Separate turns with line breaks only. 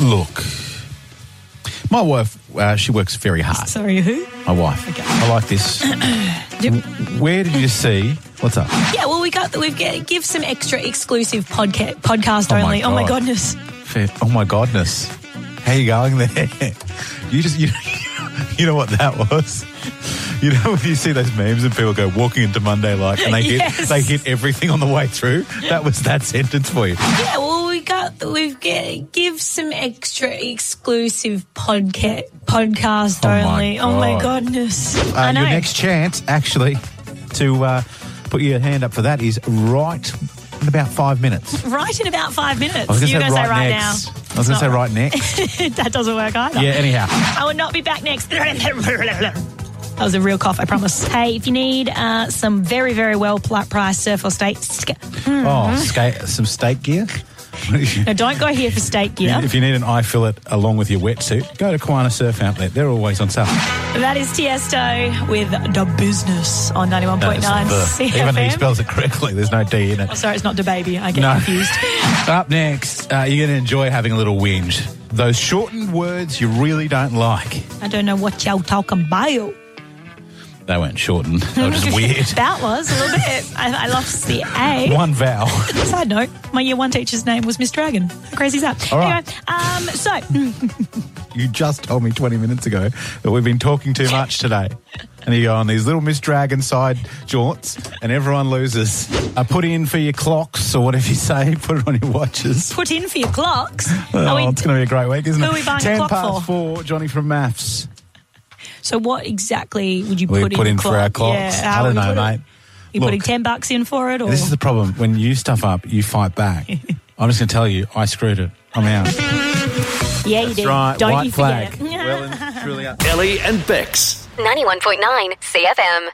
Look, my wife, uh, she works very hard.
Sorry, who?
My wife.
Okay.
I like this.
Yep.
Where did you see? What's up?
Yeah, well, we got we've get, give some extra exclusive podca- podcast
Oh my
only. Oh my
God.
goodness!
Fair- Oh my godness. How you going there? You just you, you know what that was? You know if you see those memes and people go walking into Monday like and they hit
Yes.
they hit everything on the way through? That was that sentence for you.
Yeah, well, we got we've get, give some extra exclusive podca- podcast
Oh my
only. oh my
God.
goodness!
Uh,
I know.
Your next chance, actually, to uh, put your hand up for that is right in about five minutes.
right in about five minutes.
I was going
You're
to say right
gonna say right
next.
now.
I was going to
It's
say
not-
right next.
that doesn't work either.
yeah, anyhow.
I will not be back next. That was a real cough, I promise. Hey, if you need uh, some very, very well pl- priced surf or steak, sk-
Oh, ska- some steak gear.
no, don't go here for steak gear.
If you need an eye fillet along with your wetsuit, go to Kiwana Surf Outlet. They're always on sale.
That is Tiesto with the business on ninety one point nine
That is the- even he
CFM.
spells it correctly. There's no D in
Oh,
it.
sorry, it's not the baby. I get
No.
confused.
Up next, uh, you're going to enjoy having a little whinge. Those shortened words you really don't like.
I don't know what y'all talking about.
They weren't shortened. They were just weird.
that was a little bit. I, I lost the A.
One vowel.
Side note: My year one teacher's name was Miss Dragon. How crazy is that?
All right.
Anyway, um, so
You just told me 20 minutes ago that we've been talking too much today. And you go on these little Miss Dragon side jaunts, and everyone loses. Uh, put in for your clocks or whatever you say, put it on your watches.
put in for your clocks. Are
Oh,
we-
it's going to be a great week, isn't
who
it?
are we buying a
Ten
clock
past four, Johnny from Maths.
so what exactly would you
We
put
put,
in?
in for
clock?
our clocks.
Yeah, how
I don't
would
know,
you put it?
mate.
You
Look,
putting ten bucks in for it, or
this is the problem. When you stuff up, you fight back. I'm just going to tell you, I screwed it. I'm out.
yeah, you do.
right,
Don't
white
you forget
flag.
it.
Ellie and Bex.
91.9 CFM.